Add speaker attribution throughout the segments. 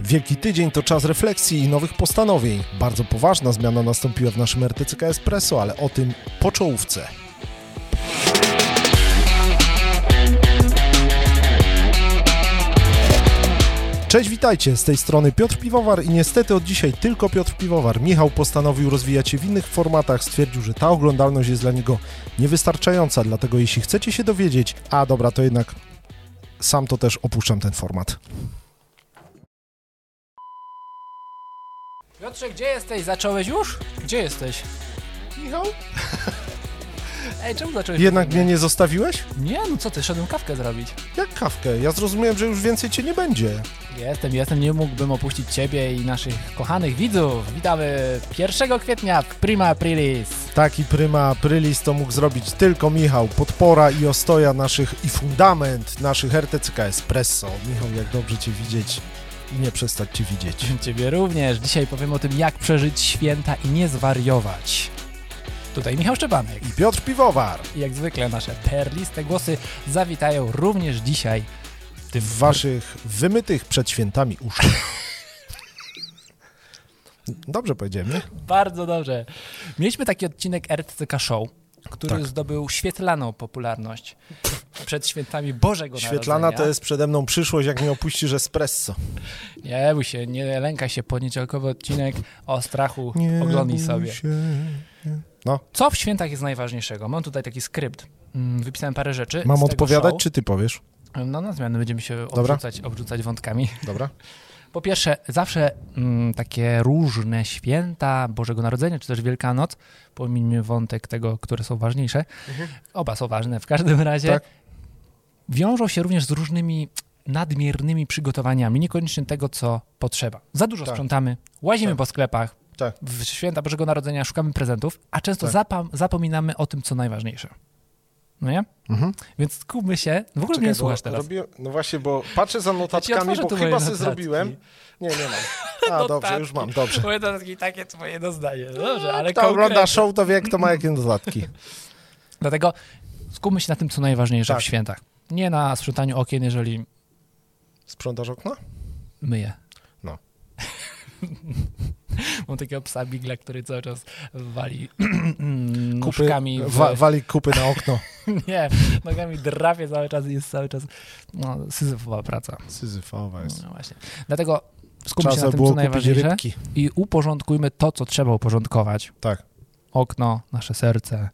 Speaker 1: Wielki Tydzień to czas refleksji i nowych postanowień. Bardzo poważna zmiana nastąpiła w naszym RTCK Espresso, ale o tym po czołówce. Cześć, witajcie, z tej strony Piotr Piwowar i niestety od dzisiaj tylko Piotr Piwowar. Michał postanowił rozwijać się w innych formatach, stwierdził, że ta oglądalność jest dla niego niewystarczająca, dlatego jeśli chcecie się dowiedzieć, a dobra, to jednak sam to też opuszczam ten format.
Speaker 2: Piotrze, gdzie jesteś? Zacząłeś już? Gdzie jesteś? Michał? Ej, czemu zacząłeś?
Speaker 1: Jednak
Speaker 2: nie.
Speaker 1: mnie nie zostawiłeś?
Speaker 2: Nie, no co ty, szedłem kawkę zrobić.
Speaker 1: Jak kawkę? Ja zrozumiałem, że już więcej cię nie będzie.
Speaker 2: Jestem, jestem, nie mógłbym opuścić ciebie i naszych kochanych widzów. Witamy 1 kwietnia w Prima Aprilis.
Speaker 1: Taki pryma aprilis to mógł zrobić tylko Michał, podpora i ostoja naszych i fundament naszych RTCK Espresso. Michał, jak dobrze cię widzieć i nie przestać cię widzieć.
Speaker 2: Ciebie również. Dzisiaj powiem o tym, jak przeżyć święta i nie zwariować. Tutaj Michał Szczepanek.
Speaker 1: I Piotr Piwowar
Speaker 2: I jak zwykle nasze perliste głosy zawitają również dzisiaj.
Speaker 1: w waszych wymytych przed świętami uszach. Dobrze powiedziałem, nie?
Speaker 2: Bardzo dobrze. Mieliśmy taki odcinek RTCK Show, który
Speaker 1: Tak.
Speaker 2: zdobył świetlaną popularność przed świętami Bożego
Speaker 1: Świetlana to
Speaker 2: Narodzenia.
Speaker 1: jest przede mną przyszłość, jak mnie opuścisz espresso.
Speaker 2: Nie bój się, nie lękaj się, poniedziałkowy odcinek o strachu, oglądnij
Speaker 1: bój
Speaker 2: sobie. E,
Speaker 1: się.
Speaker 2: Co w świętach jest najważniejszego? Mam tutaj taki skrypt. Mm, Wypisałem parę rzeczy. z
Speaker 1: Mam
Speaker 2: tego
Speaker 1: odpowiadać,
Speaker 2: show.
Speaker 1: czy ty powiesz?
Speaker 2: No na zmianę będziemy się
Speaker 1: Dobra.
Speaker 2: obrzucać, obrzucać wątkami.
Speaker 1: Dobra.
Speaker 2: Po pierwsze, zawsze mm, takie różne święta Bożego Narodzenia, czy też Wielkanoc, pomijmy wątek tego, które są ważniejsze, oba są ważne w każdym razie,
Speaker 1: Mhm. Tak.
Speaker 2: wiążą się również z różnymi nadmiernymi przygotowaniami, niekoniecznie tego, co potrzeba. Za dużo
Speaker 1: Tak.
Speaker 2: sprzątamy, łazimy
Speaker 1: Tak.
Speaker 2: po sklepach,
Speaker 1: Tak.
Speaker 2: w święta Bożego Narodzenia szukamy prezentów, a często
Speaker 1: Tak.
Speaker 2: zapam- zapominamy o tym, co najważniejsze. No nie?
Speaker 1: Mhm.
Speaker 2: Więc skupmy się, w ogóle mnie nie słuchasz teraz.
Speaker 1: Robiłem, no właśnie, bo patrzę za
Speaker 2: Ja ci
Speaker 1: notatkami,
Speaker 2: otworzę
Speaker 1: bo
Speaker 2: tu
Speaker 1: chyba
Speaker 2: moje
Speaker 1: sobie
Speaker 2: notatki.
Speaker 1: zrobiłem. Nie, nie mam. A, dobrze, już mam, dobrze.
Speaker 2: Moje dodatki takie twoje do zdanie. Dobrze, ale
Speaker 1: Kto ogląda
Speaker 2: konkretnie.
Speaker 1: show, No, to wie, kto ma jakie dodatki.
Speaker 2: Dlatego skupmy się na tym, co najważniejsze
Speaker 1: Tak.
Speaker 2: w świętach. Nie na sprzątaniu okien, jeżeli
Speaker 1: Sprzątasz okno?
Speaker 2: myję.
Speaker 1: No.
Speaker 2: Mam takiego psa Bigla, który cały czas wali nóżkami. W...
Speaker 1: wa, wali kupy na okno.
Speaker 2: Nie, nogami drapie cały czas i jest cały czas no, syzyfowa praca.
Speaker 1: Syzyfowa jest.
Speaker 2: No właśnie. Dlatego skupmy się
Speaker 1: Trzeba
Speaker 2: na tym,
Speaker 1: było
Speaker 2: co
Speaker 1: kupić
Speaker 2: najważniejsze
Speaker 1: rybki.
Speaker 2: i uporządkujmy to, co trzeba uporządkować.
Speaker 1: Tak.
Speaker 2: Okno, nasze serce,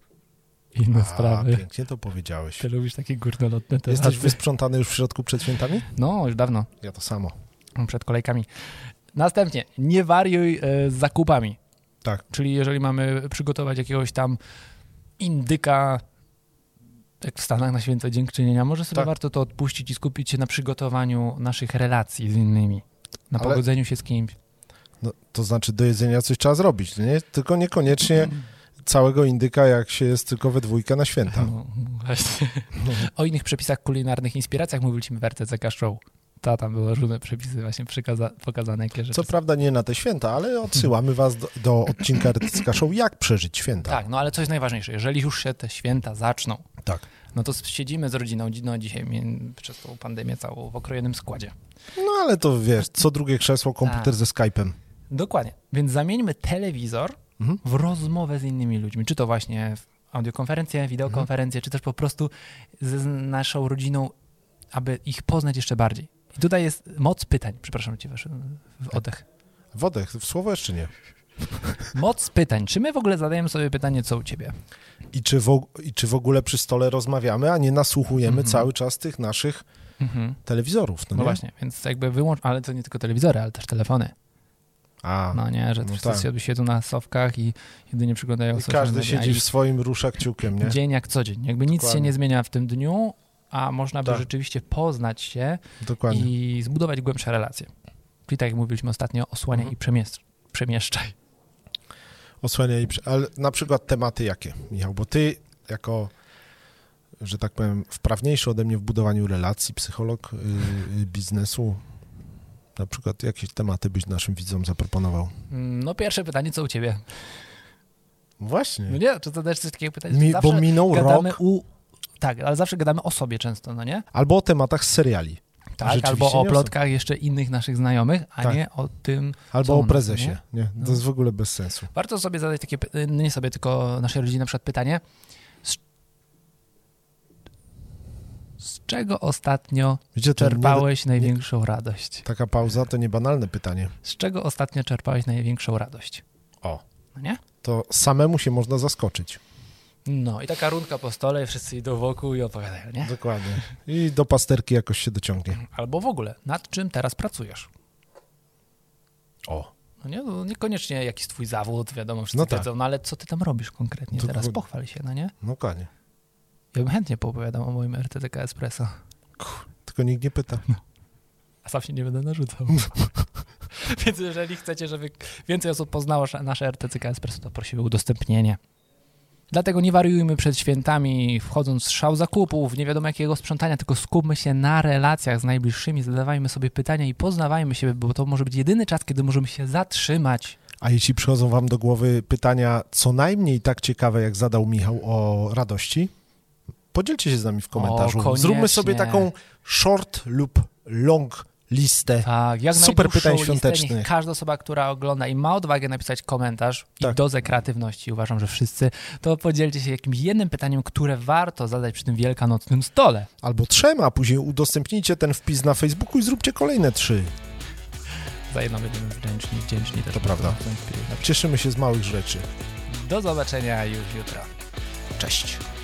Speaker 2: inne sprawy.
Speaker 1: pięknie to powiedziałeś.
Speaker 2: Ty lubisz takie górnolotne tematy.
Speaker 1: Jesteś wysprzątany już w środku przed świętami?
Speaker 2: No, już dawno.
Speaker 1: Ja to samo.
Speaker 2: przed kolejkami. Następnie, nie wariuj e, z zakupami.
Speaker 1: Tak.
Speaker 2: Czyli jeżeli mamy przygotować jakiegoś tam indyka, jak w Stanach na święto dziękczynienia, może sobie
Speaker 1: Tak.
Speaker 2: warto to odpuścić i skupić się na przygotowaniu naszych relacji z innymi. Na
Speaker 1: Ale-
Speaker 2: pogodzeniu się z kimś.
Speaker 1: No, to znaczy do jedzenia coś trzeba zrobić, nie? Tylko niekoniecznie całego indyka, jak się jest tylko we dwójkę na święta.
Speaker 2: No, właśnie. O innych przepisach kulinarnych, inspiracjach mówiliśmy w RTCK Show. Ta, tam były różne przepisy właśnie przykaza- pokazane, jakie rzeczy
Speaker 1: Co prawda nie na te święta, ale odsyłamy was do, do odcinka Rytycka Show, jak przeżyć święta.
Speaker 2: Tak, no ale coś najważniejsze, jeżeli już się te święta zaczną,
Speaker 1: Tak.
Speaker 2: no to siedzimy z rodziną no dzisiaj mi- przez tą pandemię całą w okrojonym składzie.
Speaker 1: No ale to wiesz, co drugie krzesło, komputer
Speaker 2: Tak.
Speaker 1: ze Skype'em.
Speaker 2: Dokładnie. Więc zamieńmy telewizor
Speaker 1: Mhm.
Speaker 2: w rozmowę z innymi ludźmi, czy to właśnie w audiokonferencję, wideokonferencję, czy też po prostu z naszą rodziną, aby ich poznać jeszcze bardziej. I tutaj jest moc pytań, przepraszam cię, wasz
Speaker 1: Tak.
Speaker 2: w oddech.
Speaker 1: Wodech, w słowo jeszcze nie.
Speaker 2: Moc pytań. Czy my w ogóle zadajemy sobie pytanie, co u ciebie?
Speaker 1: I czy, w, I czy w ogóle przy stole rozmawiamy, a nie nasłuchujemy
Speaker 2: Mhm.
Speaker 1: cały czas tych naszych
Speaker 2: Mhm.
Speaker 1: telewizorów, no,
Speaker 2: No
Speaker 1: nie?
Speaker 2: właśnie, więc jakby wyłącz, ale to nie tylko telewizory, ale też telefony.
Speaker 1: A,
Speaker 2: No nie, że
Speaker 1: no
Speaker 2: wszyscy
Speaker 1: tak.
Speaker 2: siedzą- siedzą na sofkach i jedynie przyglądają
Speaker 1: i
Speaker 2: social
Speaker 1: każdy
Speaker 2: media
Speaker 1: siedzi
Speaker 2: no i
Speaker 1: w swoim rusza kciukiem, nie?
Speaker 2: dzień jak co dzień. Jakby nic się
Speaker 1: Dokładnie.
Speaker 2: nie zmienia w tym dniu, a można by
Speaker 1: Tak.
Speaker 2: rzeczywiście poznać się
Speaker 1: Dokładnie.
Speaker 2: i zbudować głębsze relacje. Czyli tak jak mówiliśmy ostatnio, osłaniaj
Speaker 1: Mhm.
Speaker 2: i przemiesz- przemieszczaj.
Speaker 1: Osłania i... prze- Ale na przykład tematy jakie, Michał? Bo ty jako, że tak powiem, wprawniejszy ode mnie w budowaniu relacji, psycholog y, y, biznesu, na przykład jakieś tematy byś naszym widzom zaproponował?
Speaker 2: Mm, No pierwsze pytanie, co u ciebie? No
Speaker 1: Właśnie.
Speaker 2: nie, czy to też coś takiego pytania?
Speaker 1: Mi,
Speaker 2: zawsze
Speaker 1: bo minął
Speaker 2: gadamy
Speaker 1: rok.
Speaker 2: u... Tak, ale zawsze gadamy o sobie często, no nie?
Speaker 1: Albo o tematach z seriali.
Speaker 2: tak,
Speaker 1: Rzeczywiście
Speaker 2: albo o
Speaker 1: nie
Speaker 2: plotkach jeszcze innych naszych znajomych, a
Speaker 1: Tak.
Speaker 2: nie o tym.
Speaker 1: Albo
Speaker 2: co
Speaker 1: o
Speaker 2: on-
Speaker 1: prezesie. Nie?
Speaker 2: No.
Speaker 1: To jest w ogóle bez sensu.
Speaker 2: Warto sobie zadać takie, py- y, no nie sobie, tylko naszej rodzinie na przykład pytanie, z, z czego ostatnio
Speaker 1: Wiecie, to nie,
Speaker 2: czerpałeś największą radość?
Speaker 1: taka pauza to niebanalne pytanie.
Speaker 2: Z czego ostatnio czerpałeś największą radość?
Speaker 1: O.
Speaker 2: No nie?
Speaker 1: To samemu się można zaskoczyć.
Speaker 2: No i taka rundka po stole, wszyscy idą wokół i opowiadają, nie?
Speaker 1: Dokładnie. I do pasterki jakoś się dociągnie.
Speaker 2: Albo w ogóle, nad czym teraz pracujesz?
Speaker 1: O.
Speaker 2: No nie, no niekoniecznie jakiś twój zawód, wiadomo, wszyscy
Speaker 1: No
Speaker 2: no
Speaker 1: tak.
Speaker 2: wiedzą, no ale co ty tam robisz konkretnie
Speaker 1: To-
Speaker 2: teraz? Pochwal się, no nie?
Speaker 1: No konie.
Speaker 2: Ja bym chętnie poopowiadał o moim RTTK Espresso.
Speaker 1: Tylko nikt nie pyta.
Speaker 2: A sam się nie będę narzucał. Więc jeżeli chcecie, żeby więcej osób poznało sz- nasze RTCK Espresso, to prosimy o udostępnienie. Dlatego nie wariujmy przed świętami, wchodząc w szał zakupów, nie wiadomo jakiego sprzątania, tylko skupmy się na relacjach z najbliższymi, zadawajmy sobie pytania i poznawajmy siebie, bo to może być jedyny czas, kiedy możemy się zatrzymać.
Speaker 1: A jeśli przychodzą wam do głowy pytania co najmniej tak ciekawe, jak zadał Michał o radości, podzielcie się z nami w komentarzu.
Speaker 2: koniecznie.
Speaker 1: Zróbmy sobie taką short lub long listę.
Speaker 2: Tak, jak
Speaker 1: Super
Speaker 2: najdłuższą
Speaker 1: pytań
Speaker 2: listę, niech
Speaker 1: świątecznych.
Speaker 2: Każda osoba, która ogląda i ma odwagę napisać komentarz
Speaker 1: Tak.
Speaker 2: i dozę kreatywności, uważam, że wszyscy, to podzielcie się jakimś jednym pytaniem, które warto zadać przy tym wielkanocnym stole.
Speaker 1: Albo trzema, a później udostępnijcie ten wpis na Facebooku i zróbcie kolejne trzy.
Speaker 2: Za jedno będziemy wdzięczni, wdzięczni też.
Speaker 1: To prawda. Cieszymy się z małych rzeczy.
Speaker 2: Do zobaczenia już jutro.
Speaker 1: Cześć.